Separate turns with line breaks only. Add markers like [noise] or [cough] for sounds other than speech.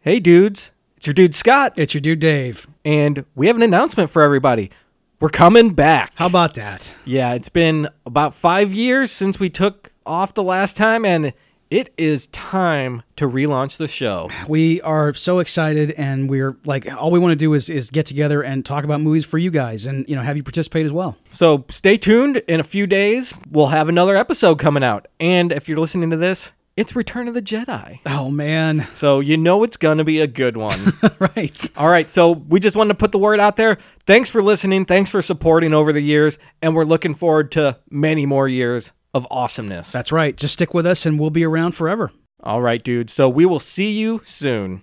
Hey, dudes, it's your dude Scott,
It's your dude Dave.
and we have an announcement for everybody. We're coming back.
How about that?
Yeah, it's been about five years since we took off the last time, and it is time to relaunch the show.
We are so excited, and we're like, all we want to do is is get together and talk about movies for you guys, and you know, have you participate as well.
So stay tuned. In a few days, we'll have another episode coming out. And if you're listening to this, it's Return of the Jedi.
Oh man, [laughs]
So you know it's going to be a good one.
right?
All right, so we just wanted to put the word out there. Thanks for listening. Thanks for supporting over the years. And we're looking forward to many more years of awesomeness.
That's right. Just stick with us, and we'll be around forever.
All right, dude. So we will see you soon.